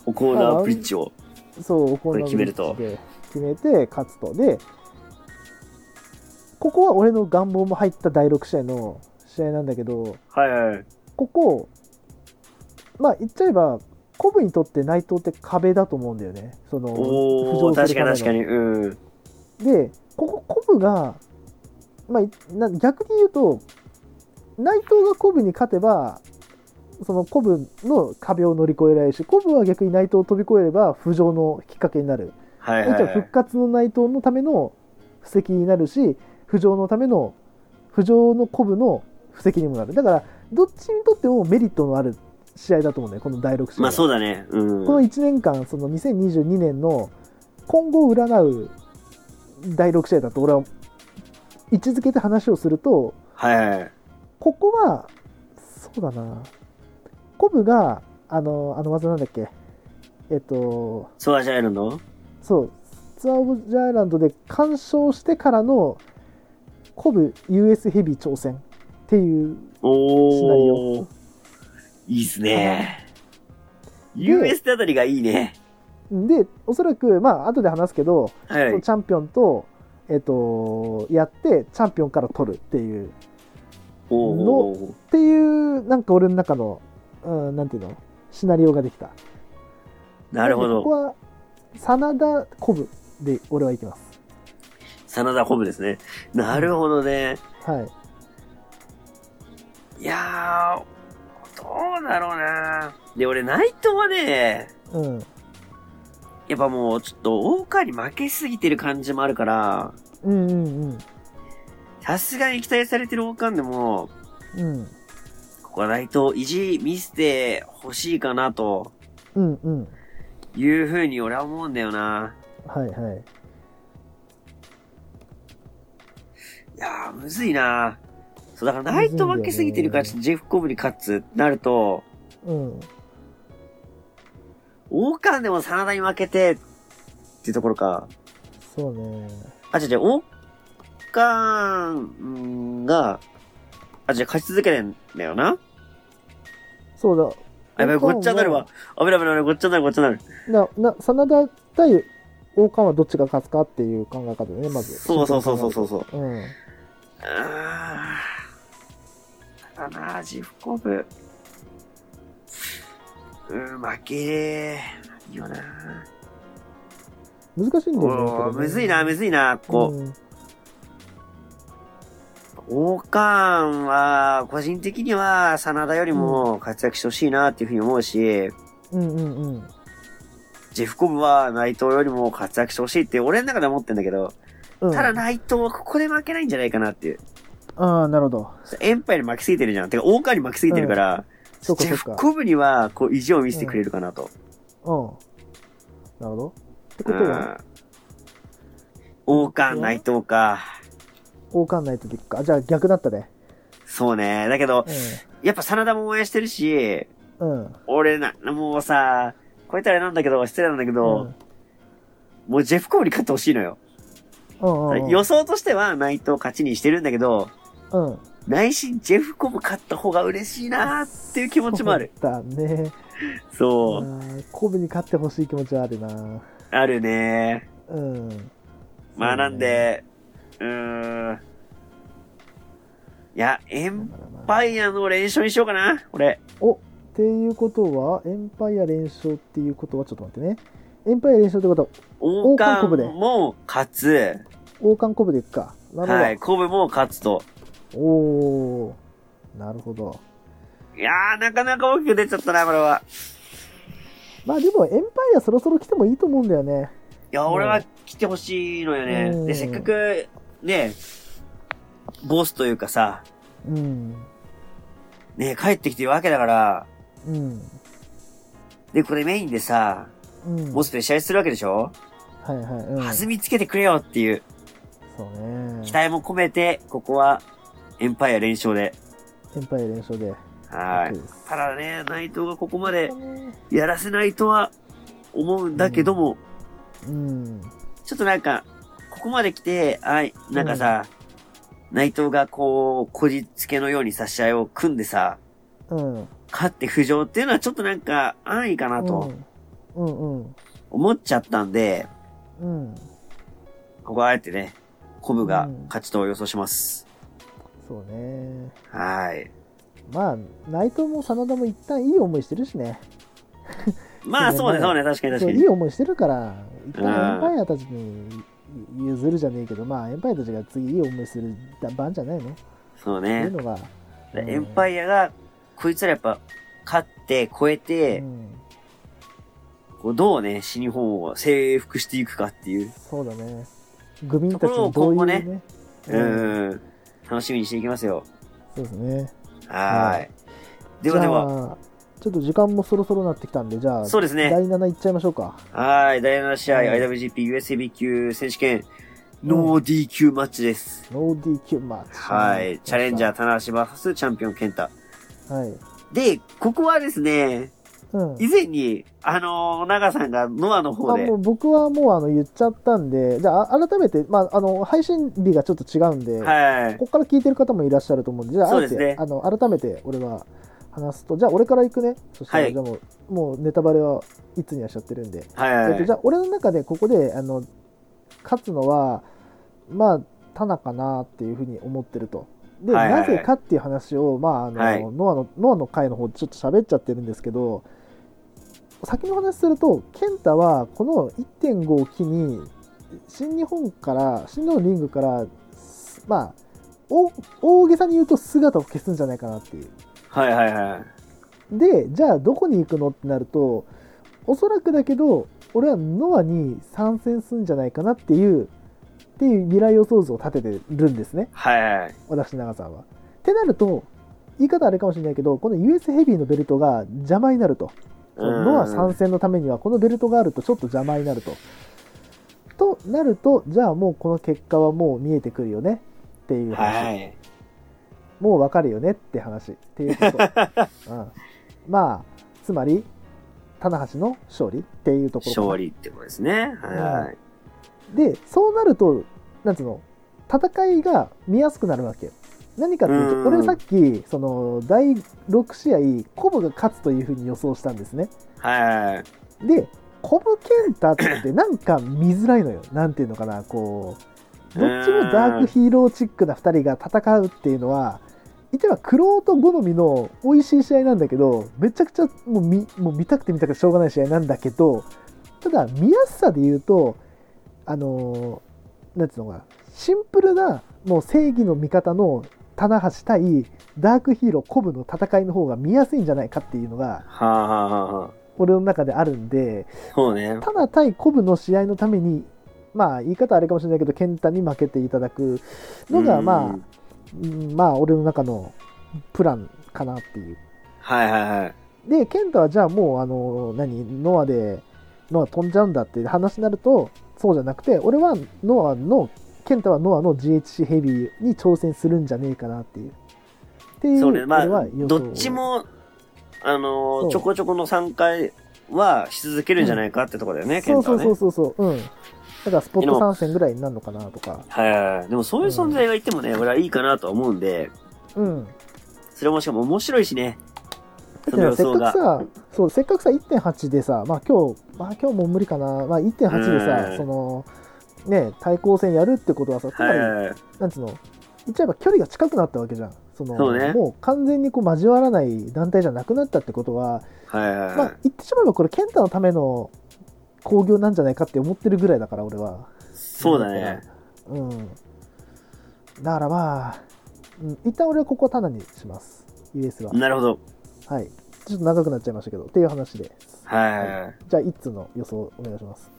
Speaker 1: オコーナーブリッジを。
Speaker 2: そう、オコーナーブリッジで決めて勝つと。で、ここは俺の願望も入った第6試合の試合なんだけど、
Speaker 1: はいはい。
Speaker 2: ここ、まあ言っちゃえば、コブにとって内藤って壁だと思うんだよね。その、
Speaker 1: おー、
Speaker 2: 浮上す
Speaker 1: 確
Speaker 2: るた
Speaker 1: か
Speaker 2: め
Speaker 1: に
Speaker 2: の
Speaker 1: 確かに。うん。
Speaker 2: で、ここ、コブが、まあいな、逆に言うと、内藤がコブに勝てば、そのコブの壁を乗り越えられるし、コブは逆に内藤を飛び越えれば、浮上のきっかけになる。
Speaker 1: はいは
Speaker 2: もち
Speaker 1: い
Speaker 2: ろん
Speaker 1: は
Speaker 2: 復
Speaker 1: い。
Speaker 2: 活の内藤のための布石になるし、浮上のための、浮上のコブの布石にもなる。だから、どっちにとってもメリットのある試合だと思うんだよ、この第6試合は。
Speaker 1: まあそうだね。うん。
Speaker 2: この
Speaker 1: はい
Speaker 2: 1年間、その2022年の今後を占う第6試合だと、俺は位置づけて話をすると、
Speaker 1: はいはい。
Speaker 2: ここは、そうだな、コブが、あの、あの技なんだっけ、えっと、
Speaker 1: ソアジャイルの
Speaker 2: そう、ツアー・オブ・ジャイランドで完勝してからのコブ US ヘビー挑戦っていう、シナリ
Speaker 1: おー
Speaker 2: オ。
Speaker 1: いいっすね。US ってあたりがいいね。
Speaker 2: で、おそらく、まあ、後で話すけど、
Speaker 1: はい
Speaker 2: その。チャンピオンと、えっと、やって、チャンピオンから取るっていう。
Speaker 1: おー。
Speaker 2: っていうなんか俺の中の、うん、なんていうのシナリオができた
Speaker 1: なるほ
Speaker 2: なんでこ
Speaker 1: ど。
Speaker 2: こは真田コブで俺は行きます
Speaker 1: 真田コブですね。なるほどね。
Speaker 2: はい
Speaker 1: いやー、どうだろうな。で、俺、内藤はね、
Speaker 2: うん
Speaker 1: やっぱもう、ちょっと、大川に負けすぎてる感じもあるから、
Speaker 2: うんうん
Speaker 1: さすがに期待されてる大川でも、
Speaker 2: うんうん
Speaker 1: ここは内藤意地見せてほしいかな、と
Speaker 2: うんうん
Speaker 1: いうふうに俺は思うんだよな。
Speaker 2: はいはい
Speaker 1: いやー、むずいな。そう、だから内藤負けすぎてるから、
Speaker 2: む
Speaker 1: ちょ
Speaker 2: ず
Speaker 1: っ
Speaker 2: い
Speaker 1: とジェフコブに勝つってなると、
Speaker 2: うん
Speaker 1: 大川でも真田に負けて、っていうところか。
Speaker 2: そうね
Speaker 1: あ、違う違う、王冠が、あ、違う、勝ち続けてんだよな。
Speaker 2: そうだ
Speaker 1: あ、やばい、ごっちゃになるわ。危ない危ない危ない、ごっちゃになる、ごっちゃになる。
Speaker 2: なな真田対王冠はどっちが勝つかっていう考え方ねまず
Speaker 1: そうそうそうそうそうそう。
Speaker 2: う、うん、
Speaker 1: あー。ただな、ジフコブ。うん、負けいいよな。
Speaker 2: 難しいんだよね
Speaker 1: お
Speaker 2: こ
Speaker 1: ー、
Speaker 2: れね
Speaker 1: むずいな、むずいな。こ
Speaker 2: うん
Speaker 1: う、王冠は、個人的には、真田よりも活躍してほしいなっていうふうに思うし、
Speaker 2: うんうんうん
Speaker 1: ジェフコブは内藤よりも活躍してほしいって俺の中では思ってんだけど、
Speaker 2: うん
Speaker 1: ただ内藤はここで負けないんじゃないかなっていう。
Speaker 2: ああなるほど
Speaker 1: エンパイに負けすぎてるじゃん。てか、大川に負けすぎてるから、
Speaker 2: そっか
Speaker 1: ジェ
Speaker 2: そっ
Speaker 1: フ
Speaker 2: か
Speaker 1: コブには、こう、意地を見せてくれるかなと。
Speaker 2: うん。なるほど。ってこ
Speaker 1: う
Speaker 2: とは、
Speaker 1: ん。王冠、内藤か。
Speaker 2: 王冠ないとできっか。じゃあ逆だったね。
Speaker 1: そうね。だけど、やっぱ真田も応援してるし、
Speaker 2: うん。うん。
Speaker 1: 俺な、もうさ、こういったらあれなんだけど、失礼なんだけど、もうジェフコブに勝ってほしいのよ。
Speaker 2: うん。うん。
Speaker 1: 予想としては内藤勝ちにしてるんだけど、
Speaker 2: うん。うん。
Speaker 1: 内心ジェフコブ勝った方が嬉しいなーっていう気持ちもある。
Speaker 2: そうだね。
Speaker 1: そうう。
Speaker 2: ん神戸に勝ってほしい気持ちはあるな。
Speaker 1: あるね
Speaker 2: うん。
Speaker 1: まあなんで、うーん。いや、エ
Speaker 2: そう
Speaker 1: ン
Speaker 2: ね。だからな
Speaker 1: パイアの連勝にしようかな、俺。
Speaker 2: おっていうことは、エンパイア連勝っていうことは、ちょっと待ってね。エンパイア連勝ってことは、
Speaker 1: 王
Speaker 2: 王冠コブで
Speaker 1: 冠も勝つ。
Speaker 2: 王冠神戸でいくか。な
Speaker 1: は
Speaker 2: る
Speaker 1: い、コブも勝つと。
Speaker 2: ほど。おー。なるほど。
Speaker 1: いやー、なかなか大きく出ちゃったな、これは。
Speaker 2: まあでも、エンパイアそろそろ来てもいいと思うんだよね。
Speaker 1: いや、俺は来てほしいのよ
Speaker 2: うん
Speaker 1: ね。で、せっかく、ね、ボスというかさ、
Speaker 2: うん。
Speaker 1: ね、帰ってきてるわけだから、
Speaker 2: うん。
Speaker 1: で、これメインでさ、
Speaker 2: うん。
Speaker 1: ボスと一緒にするわけでしょ
Speaker 2: はいはい。うん、
Speaker 1: 弾みつけてくれよっていう
Speaker 2: そうね。
Speaker 1: 期待も込めて、ここはエンパイア連勝で。
Speaker 2: エンパイア連勝で。
Speaker 1: は
Speaker 2: OK
Speaker 1: い
Speaker 2: で。す
Speaker 1: ただね、内藤がここまで
Speaker 2: う
Speaker 1: やらせないとは思うんだけども、
Speaker 2: ん。
Speaker 1: ちょっとなんか、ここまで来て、あい、なんかさ、内藤がこう、こじつけのように差し合いを組んでさ、
Speaker 2: うん。
Speaker 1: 勝って浮上っていうのはちょっとなんか安易かなと。
Speaker 2: うんうんうん。
Speaker 1: 思っちゃったんで、
Speaker 2: うん。
Speaker 1: ここはあえてね、コブが勝ちと予想します。
Speaker 2: そうね。
Speaker 1: はーい。
Speaker 2: まあ、内藤も真田も一旦いい思いしてるしね。
Speaker 1: まあ、そうね、そうね、確かに確
Speaker 2: そ
Speaker 1: か
Speaker 2: う
Speaker 1: に
Speaker 2: いい。思いしてるから、一旦
Speaker 1: う
Speaker 2: エン
Speaker 1: ん
Speaker 2: パイアたちに譲るじゃねえけど、まあ、エンパイアたちが次いい思いする番じゃないのって
Speaker 1: そう
Speaker 2: いう
Speaker 1: ね。
Speaker 2: のが。うん
Speaker 1: エンパイアが、こいつらやっぱ、勝って、超え
Speaker 2: う
Speaker 1: て、
Speaker 2: ん
Speaker 1: こうどうね、新日本を征服していくかっていう。
Speaker 2: そうだね。愚民たちにど
Speaker 1: と
Speaker 2: う
Speaker 1: ころを今後
Speaker 2: いう
Speaker 1: ね
Speaker 2: ね。
Speaker 1: う
Speaker 2: うん
Speaker 1: ん。楽しみにしていきますよ。
Speaker 2: そうですね。
Speaker 1: はー。
Speaker 2: はい
Speaker 1: ではで
Speaker 2: じ
Speaker 1: は、
Speaker 2: ゃあ。ちょっと時間もそろそろなってきたんで、じゃあ、
Speaker 1: そうですね
Speaker 2: 第7いっちゃいましょうか。
Speaker 1: はーい、第7試合、
Speaker 2: うん
Speaker 1: IWGP USB 級選手権、
Speaker 2: うん
Speaker 1: ノー D 級マッチです。
Speaker 2: ノーディーキューマッチ。
Speaker 1: はい。チャレンジャー、棚橋 VS チャンピオン、ケンタ。
Speaker 2: ー。はい。
Speaker 1: で、ここはですね、
Speaker 2: うん。
Speaker 1: 以前に、あのー、長さんがノアの方
Speaker 2: あ
Speaker 1: で
Speaker 2: も、う僕はもうあの言っちゃったんで、じゃああ改めて、まあ、あの配信日がちょっと違うんで、
Speaker 1: はい。
Speaker 2: ここから聞いてる方もいらっしゃると思うんで、じゃあ、
Speaker 1: そう
Speaker 2: あえ
Speaker 1: です
Speaker 2: て、
Speaker 1: ね
Speaker 2: あの改めて俺は話すと、じゃあ俺から行くね、そしたら、
Speaker 1: はい
Speaker 2: じゃあもうもうネタバレはいつにはしちゃってるんで、
Speaker 1: は
Speaker 2: えっと、
Speaker 1: い
Speaker 2: じ。ゃあ俺の中でここであの勝つのは、まあ、タナかなっていうふうに思ってると。で、
Speaker 1: はいはいはい
Speaker 2: なぜかっていう話を、まああの
Speaker 1: はい
Speaker 2: ノアのノアの回の方でちょっと喋っちゃってるんですけど先の話すると健太はこの1.5を機に新日本から新日本のリングからすまあお大げさに言うと姿を消すんじゃないかなっていう。
Speaker 1: はいはいはい。
Speaker 2: でじゃあどこに行くのってなるとおそらくだけど俺はノアに参戦するんじゃないかなっていうっていう未来予想図を立ててるんですね
Speaker 1: はいはい。
Speaker 2: 私長さんは。ってなると言い方あれかもしれないけどこの US ヘビーのベルトが邪魔になるとそのノア参戦のためにはこのベルトがあるとちょっと邪魔になると。となるとじゃあもうこの結果はもう見えてくるよねっていう話。
Speaker 1: はい。
Speaker 2: もうわかるよねって話ってい
Speaker 1: <laughs>
Speaker 2: うこと、うん、まあつまり棚橋の勝利っていうところかな
Speaker 1: 勝利ってことですね。はい。
Speaker 2: でそうなるとなんつうの戦いが見やすくなるわけよ何かっていうと
Speaker 1: うん
Speaker 2: 俺はさっきその第6試合コブが勝つというふうに予想したんですね
Speaker 1: はい。
Speaker 2: でコブケンタってなんか見づらいのよなんていうのかなこうどっちもダークヒーローチックな2人が戦うっていうのは一はクロート好みの美味しい試合なんだけどめちゃくちゃもう見もう見たくて見たくてしょうがない試合なんだけどただ見やすさで言うとあのーなんていうのかなシンプルなもう正義の味方の棚橋対ダークヒーローコブの戦いの方が見やすいんじゃないかっていうのが
Speaker 1: はあはあはあはあ。
Speaker 2: 俺の中であるんで
Speaker 1: そうね。
Speaker 2: ただ対コブの試合のために、まあ、言い方あれかもしれないけど、健太に負けていただくのが、
Speaker 1: うん
Speaker 2: まあ、うんまあ、俺の中のプランかなっていう。
Speaker 1: はいはいはい。
Speaker 2: で、健太はじゃあもう、あの、何、ノアで、ノア飛んじゃうんだっていう話になると、そうじゃなくて、俺はノアの、健太はノアの GHC ヘビーに挑戦するんじゃねえかなっていう。っていう、
Speaker 1: そうね。ま
Speaker 2: 俺は
Speaker 1: あ、
Speaker 2: 予想
Speaker 1: どっち、も、あのー、
Speaker 2: そう
Speaker 1: ちょこちょこの3回はし続けるんじゃないかってとこだよね、ケ
Speaker 2: そ
Speaker 1: ン
Speaker 2: う
Speaker 1: タは
Speaker 2: そうそ
Speaker 1: ね
Speaker 2: う。そうそう、うん。だからスポット参戦ぐらいになるのかなとか。
Speaker 1: はいはいはい。でもそういう存在がいてもね、俺はいいかなとは思うんで、
Speaker 2: うん。
Speaker 1: それもしかも面白いしね。その
Speaker 2: だっ
Speaker 1: 予
Speaker 2: てせっ
Speaker 1: 想
Speaker 2: か
Speaker 1: が
Speaker 2: く。さ、そう、せっかくさ、1.8でさ、まあ今日、まあ今日も無理かな、まあ1.8で
Speaker 1: う
Speaker 2: さ、
Speaker 1: ん
Speaker 2: その、ね、対抗戦やるってことはさ、つま
Speaker 1: は
Speaker 2: り、
Speaker 1: いはいはい。
Speaker 2: なんつうの、言っちゃえば距離が近くなったわけじゃん。その、
Speaker 1: そうね
Speaker 2: もう完全にこう交わらない団体じゃなくなったってことは、
Speaker 1: はいはい
Speaker 2: ま
Speaker 1: は
Speaker 2: あ
Speaker 1: い。
Speaker 2: 言ってしまえばこれ、健太のための興行なんじゃないかって思ってるぐらいだから、俺は。
Speaker 1: そうだね。
Speaker 2: うん。だからまあ、うん、一旦俺はここはタナにします。US は。
Speaker 1: なるほど。
Speaker 2: はい。ちょっと長くなっちゃいましたけど、っていう話です。
Speaker 1: はいはいはい。
Speaker 2: じゃあ、一通の予想お願いします。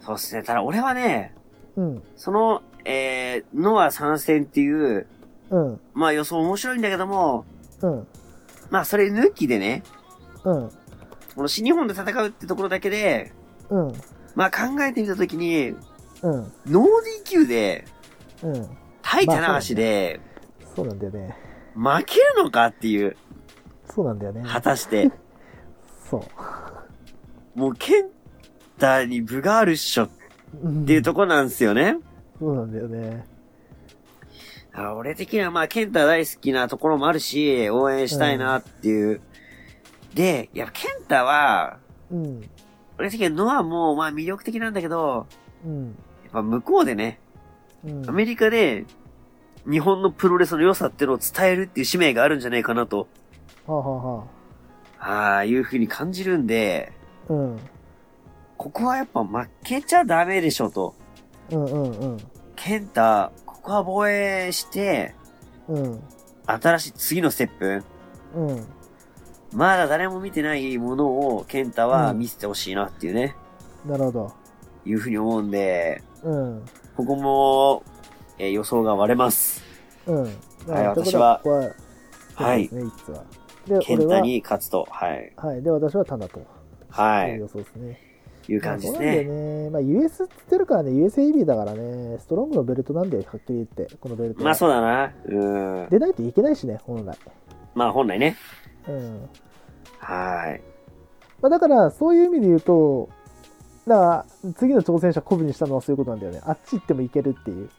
Speaker 1: そうっすね。ただ俺はね、
Speaker 2: うん。
Speaker 1: その、えー、ノア参戦っていう、
Speaker 2: うん。
Speaker 1: まあ予想面白いんだけども、
Speaker 2: うん。
Speaker 1: まあそれ抜きでね、
Speaker 2: うん。
Speaker 1: この新日本で戦うってところだけで、
Speaker 2: うん。
Speaker 1: まあ考えてみたときに、
Speaker 2: うん。
Speaker 1: ノーディー級で、
Speaker 2: うん。
Speaker 1: 対棚橋で、
Speaker 2: そうなんだよね。
Speaker 1: 負けるのかっていう、
Speaker 2: そうなんだよね。
Speaker 1: 果た <laughs> して、
Speaker 2: そう。
Speaker 1: もうケンタに分があるっしょっ
Speaker 2: うん
Speaker 1: ていうとこなんですよね。
Speaker 2: そうなんだよね。
Speaker 1: あ俺的にはまあ、ケンタ大好きなところもあるし、応援したいなっていう。で、いや、ケンタは、
Speaker 2: うん。
Speaker 1: 俺的にはノアも、まあ魅力的なんだけど、
Speaker 2: うん。
Speaker 1: やっぱ向こうでね、
Speaker 2: うん。
Speaker 1: アメリカで、日本のプロレスの良さってのを伝えるっていう使命があるんじゃないかなと、
Speaker 2: はあ、はあは
Speaker 1: ああ、いう風に感じるんで、
Speaker 2: あ、うん。
Speaker 1: ここはやっぱ負けちゃダメでしょと。
Speaker 2: うんうんうん。
Speaker 1: ケンタ、ここは防衛して、
Speaker 2: うん。
Speaker 1: 新しい次のステップ、
Speaker 2: うん。
Speaker 1: まだ誰も見てないものをケンタは見せてほしいなっていうね、
Speaker 2: なるほど。
Speaker 1: いう風に思うんで、
Speaker 2: うん。
Speaker 1: ここも、えー予想が割れます。
Speaker 2: うん。
Speaker 1: はい
Speaker 2: あってこと
Speaker 1: 私は
Speaker 2: ここは、
Speaker 1: はい
Speaker 2: そうですね、いつ
Speaker 1: ケ
Speaker 2: は。で、
Speaker 1: ンタ
Speaker 2: 俺
Speaker 1: に勝つと、はい。
Speaker 2: は、はい。で、私はタナと。
Speaker 1: は
Speaker 2: とう
Speaker 1: い
Speaker 2: 予。想ですね。
Speaker 1: いう感じです
Speaker 2: まあそう
Speaker 1: ね。
Speaker 2: なんだよね。まあ、US って言ってるからね、USAB だからね、ストロングのベルトなんだよ、はっきり言って、このベルトは。
Speaker 1: まあそうだな。うん。
Speaker 2: 出ないといけないしね、本来。
Speaker 1: まあ本来ね。
Speaker 2: うん。
Speaker 1: はい。
Speaker 2: まあ、だから、そういう意味で言うと、だから、次の挑戦者コブにしたのはそういうことなんだよね。あっち行ってもいけるっていう。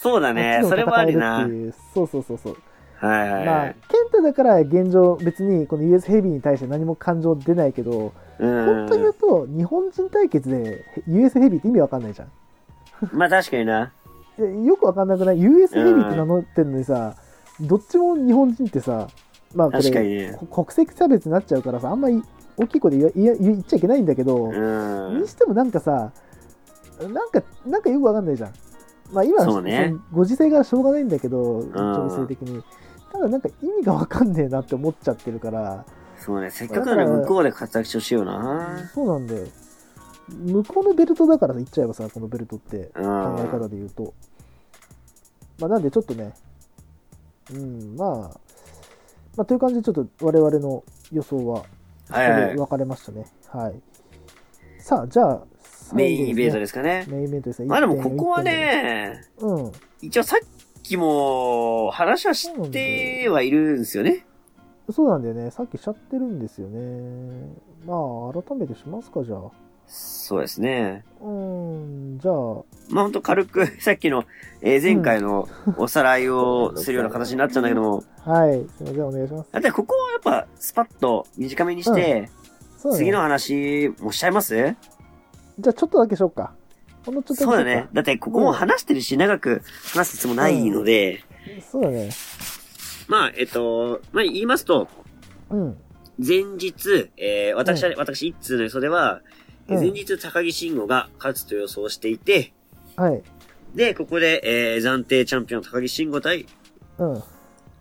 Speaker 1: そうだね。それはあり
Speaker 2: あっ
Speaker 1: な
Speaker 2: ちでも戦え。るっていう。そうそうそうそう。
Speaker 1: はいはい
Speaker 2: ま
Speaker 1: は
Speaker 2: あ、
Speaker 1: い
Speaker 2: ケ。ンタだから現状、別にこの US ヘビーに対して何も感情出ないけど、
Speaker 1: うん
Speaker 2: 本当に言うと、日本人対決で US ヘビーって意味わかんないじゃん。
Speaker 1: まあ確かにな。
Speaker 2: えよくわかんなくない ?US ヘビーって名乗ってんのにさ、どっちも日本人ってさ、まあこ
Speaker 1: 確かに
Speaker 2: れ、
Speaker 1: ね。
Speaker 2: こ国籍差別になっちゃうからさ、あんまり大きい声で言わ言わ言っちゃいけないんだけど、
Speaker 1: うん
Speaker 2: に。してもなんかさ、なんか、なんかよくわかんないじゃん。まあ今、
Speaker 1: そうね
Speaker 2: そのご時世がしょうがないんだけど、調整的に。ただなんか意味がわかんねえなって思っちゃってるから、
Speaker 1: そうね。せっかくなら向こうで活躍してほしいよな。
Speaker 2: そうなんだよ。向こうのベルトだからさ言っちゃえばさ、このベルトって
Speaker 1: う
Speaker 2: 考え
Speaker 1: ん。
Speaker 2: 方で言うと。まあなんでちょっとね、うん、まあ、まあという感じでちょっと我々の予想は、
Speaker 1: はいはい
Speaker 2: ここで分かれましたね。はい。さあ、じゃあ、
Speaker 1: メ
Speaker 2: 最
Speaker 1: イ
Speaker 2: 後
Speaker 1: ン
Speaker 2: で
Speaker 1: イ
Speaker 2: す
Speaker 1: ベ
Speaker 2: ね
Speaker 1: ントですかね。
Speaker 2: メインイベントですね。
Speaker 1: まあでも
Speaker 2: 1.4
Speaker 1: ここは、ね、
Speaker 2: 1.4
Speaker 1: 一応さっきも話はしてはいるんですよね。
Speaker 2: うん、そうなんだよね。さっきしちゃってるんですよね。まあ、改めてしますか、じゃあ。
Speaker 1: そうですね。
Speaker 2: うん、じゃあ、
Speaker 1: まあ、ほんと軽く <laughs> 、さっきの、えー前回のおさらいをするような形になっちゃうんだけども、
Speaker 2: はい、すいません、お願いします。
Speaker 1: だってここはやっぱ、スパッと短めにして、
Speaker 2: そうだね
Speaker 1: 次の話もしちゃいます
Speaker 2: じゃあ、ちょっとだけしようか。ほんのちょっと
Speaker 1: そうだ
Speaker 2: けしよ
Speaker 1: ね。だってここも話してるし、長く話す必要もないので、
Speaker 2: うか。そうだね。
Speaker 1: まあ、えっと、まあ、言いますと、
Speaker 2: うん。
Speaker 1: 前日、えー私は、
Speaker 2: う
Speaker 1: 私一通の予想では、えー
Speaker 2: うん
Speaker 1: 前日高木慎吾が勝つと予想していて、
Speaker 2: はい。
Speaker 1: で、ここで、えー暫定チャンピオン高木慎吾対
Speaker 2: うん。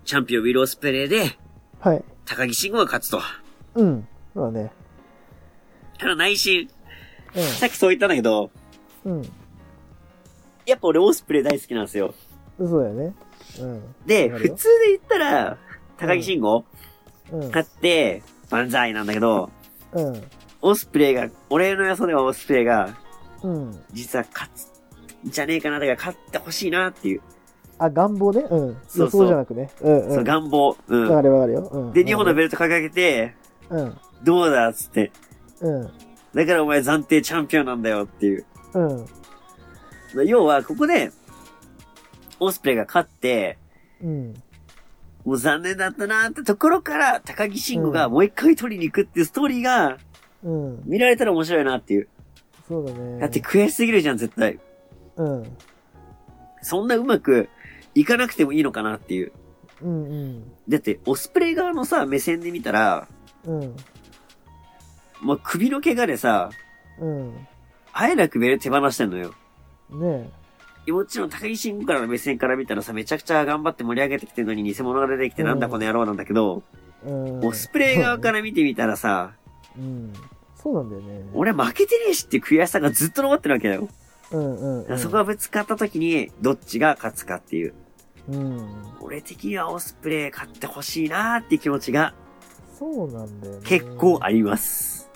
Speaker 1: チャンピオンウィル・オスプレイで、
Speaker 2: はい。
Speaker 1: 高木慎吾が勝つと。
Speaker 2: うん。そうだね。
Speaker 1: ただ内心、さっきそう言ったんだけど、
Speaker 2: うん。うん。
Speaker 1: やっぱ俺オスプレイ大好きなんですよ。
Speaker 2: そうだよね。うん。
Speaker 1: で、
Speaker 2: わか
Speaker 1: 普
Speaker 2: るよ
Speaker 1: 通で言ったら、高木慎吾
Speaker 2: うん。
Speaker 1: 勝って、万歳なんだけど、
Speaker 2: うん。
Speaker 1: オスプレイが、俺の予想ではオスプレイが、
Speaker 2: うん。
Speaker 1: 実は勝つ、んじゃねえかな、だから勝ってほしいなっていう、
Speaker 2: あ、願望ね。うん。
Speaker 1: そうそう
Speaker 2: 予想じゃなくね。うん。
Speaker 1: そうの
Speaker 2: ん。わ
Speaker 1: 願望。う
Speaker 2: か
Speaker 1: ん。
Speaker 2: るわかるよ。うん。
Speaker 1: で、日本の
Speaker 2: ベ
Speaker 1: ベルト掲げて、
Speaker 2: うん。
Speaker 1: どうだっつって。
Speaker 2: うん。
Speaker 1: だからお前暫定チャンピオンなんだよっていう。
Speaker 2: うん。
Speaker 1: 要は、ここで、オスプレイが勝って、
Speaker 2: うん。
Speaker 1: もう残念だったなーってところから、高木慎吾がもう一回取りに行くっていうストーリーが、
Speaker 2: うん。
Speaker 1: 見られたら面白いなっていう。
Speaker 2: そうだね。
Speaker 1: だって悔しすぎるじゃん、絶対。
Speaker 2: うん。うん
Speaker 1: そんなうまくいかなくてもいいのかなっていう。
Speaker 2: うん。
Speaker 1: だって、オスプレイ側のさ、目線で見たら、
Speaker 2: うん。
Speaker 1: まあ、首の怪我でさ、
Speaker 2: うん。
Speaker 1: あえなくベルト手放してんのよ。
Speaker 2: ね
Speaker 1: もちろん、高木慎吾からの目線から見たらさ、めちゃくちゃ頑張って盛り上げてきてるのに偽物が出てきてなんだこの野郎なんだけど、
Speaker 2: え。うん。
Speaker 1: オスプレイ側から見てみたらさ、
Speaker 2: うん。そうなんだよね。
Speaker 1: 俺は負けてねえしっていう悔しさがずっと残ってるわけだよ。
Speaker 2: うんうん、うん。
Speaker 1: そこがぶつかった時に、どっちが勝つかっていう。
Speaker 2: うん。
Speaker 1: 俺的にはオスプレイ勝ってほしいなーっていう気持ちが
Speaker 2: そうなんだよね。
Speaker 1: 結構あります。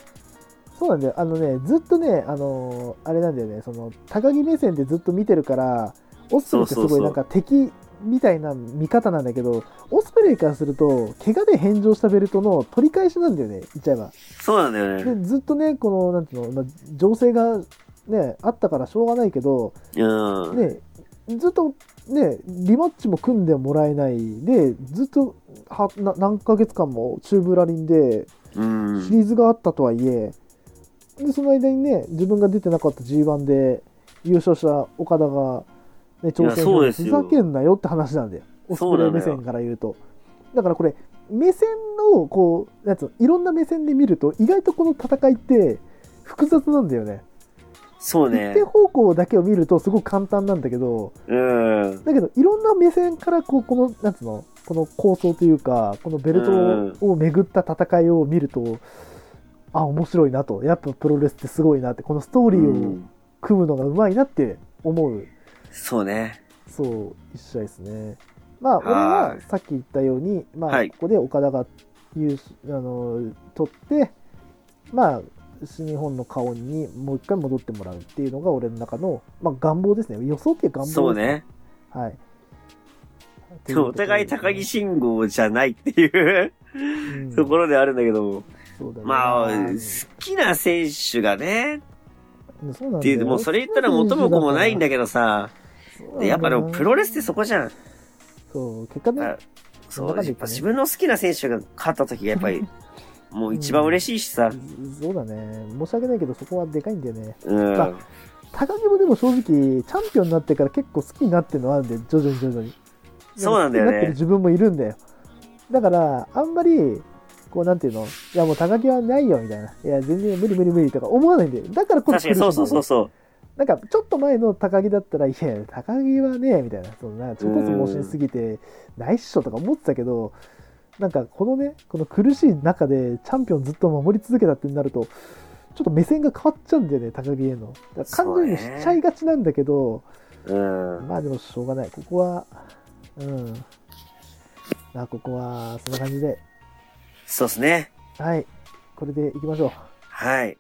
Speaker 2: そうなんだよ。あのね、ずっとね、あのーあれなんだよね、その、高木目線でずっと見てるから、オスプレイってす
Speaker 1: そうそう
Speaker 2: ごい
Speaker 1: そう
Speaker 2: なんか敵みたいな見方なんだけど、オスプレイからすると、怪我で返上したベルトの取り返しなんだよね、言っちゃえば。
Speaker 1: そうなんだよね。
Speaker 2: で、ずっとね、この、なんていうの、まあ、情勢がね、あったからしょうがないけど、
Speaker 1: うん。
Speaker 2: ね、ずっと、ね、リマッチも組んでもらえないでずっとはな何ヶ月間もチューブラリンで
Speaker 1: う
Speaker 2: シリ
Speaker 1: ん。
Speaker 2: ーズがあったとはいえ、でその間にね自分が出てなかった g 1で優勝した岡田が、ね、挑戦
Speaker 1: そうで
Speaker 2: し
Speaker 1: す
Speaker 2: てふ
Speaker 1: よ
Speaker 2: ざけんなよって話なんだよオス
Speaker 1: そ
Speaker 2: プ
Speaker 1: うな
Speaker 2: レ
Speaker 1: の
Speaker 2: イ
Speaker 1: よ
Speaker 2: 目線から言うとだからこれ目線をこうなんつうのいろんな目線で見ると意外とこの戦いって複雑なんだよね
Speaker 1: そう
Speaker 2: 一
Speaker 1: ね
Speaker 2: 定。方向だけを見るとすごく簡単なんだけど
Speaker 1: うん。
Speaker 2: だけどいろんな目線からこうこのなんつうのこの構想というかこのベル
Speaker 1: うん
Speaker 2: トを巡った戦いを見るとあ面白いなとやっぱプロレスってすごいなってこのストーリ
Speaker 1: う
Speaker 2: ーを
Speaker 1: ん
Speaker 2: 組むのがうまいなって思う
Speaker 1: そうね。
Speaker 2: そう一試合ですねまあ俺
Speaker 1: は
Speaker 2: はいさっき言ったようにま
Speaker 1: は
Speaker 2: あ
Speaker 1: い
Speaker 2: ここで岡田が優勝あの取ってまあ新日本の顔にもう一回戻ってもらうっていうのが俺の中の、まあ、願望ですね予想っていう願望です
Speaker 1: そうね。
Speaker 2: はい。
Speaker 1: でもお互い高木信号じゃないっていう
Speaker 2: うん
Speaker 1: ところではあるんだけども。
Speaker 2: そうだね
Speaker 1: まあ、
Speaker 2: うん
Speaker 1: 好きな選手がね、
Speaker 2: そうなん
Speaker 1: っ
Speaker 2: だ
Speaker 1: て
Speaker 2: よ
Speaker 1: いう、もうそれ言ったら元も子もないんだけどさ、
Speaker 2: そうなんだよ
Speaker 1: やっぱでもプロレスってそこじゃん。
Speaker 2: そう、結果ね
Speaker 1: あ、そ
Speaker 2: そんな感
Speaker 1: う、
Speaker 2: じ
Speaker 1: やっ
Speaker 2: か
Speaker 1: ぱ
Speaker 2: ね
Speaker 1: 自分の好きな選手が勝った時がやっぱ
Speaker 2: <laughs>
Speaker 1: り、もう一番嬉しいしさ。
Speaker 2: そうだね。申し訳ないけど、そこはでかいんだよね。
Speaker 1: うん。
Speaker 2: あ高木もでも正直、チャンピオンになってから結構好きになってるのはあるんだよ、徐々に徐々に。
Speaker 1: そうなんだよね
Speaker 2: 好きになってる自分もいるんだよ。だから、あんまり、こう、なんていうのいや、もう高木はないよ、みたいな。いや、全然無理無理無理とか思わないんだよ。だからこそ
Speaker 1: 確かにそうそうそうそう。
Speaker 2: なんかちょっと前の高木だったら、いや、高木はね、みたいな、そんな、ちょこそ盲信すぎて、ないっしょとか思ってたけど、なんかこのね、この苦しい中で、チャンピオンずっと守り続けたってなると、ちょっと目線が変わっちゃうんだよね、高木への。だから完全に
Speaker 1: そうね
Speaker 2: しちゃいがちなんだけど、
Speaker 1: うん。
Speaker 2: まあでもしょうがない、ここは、うん。まあここは、そんな感じで、
Speaker 1: そうですね。
Speaker 2: はい、これでいきましょう。
Speaker 1: はい。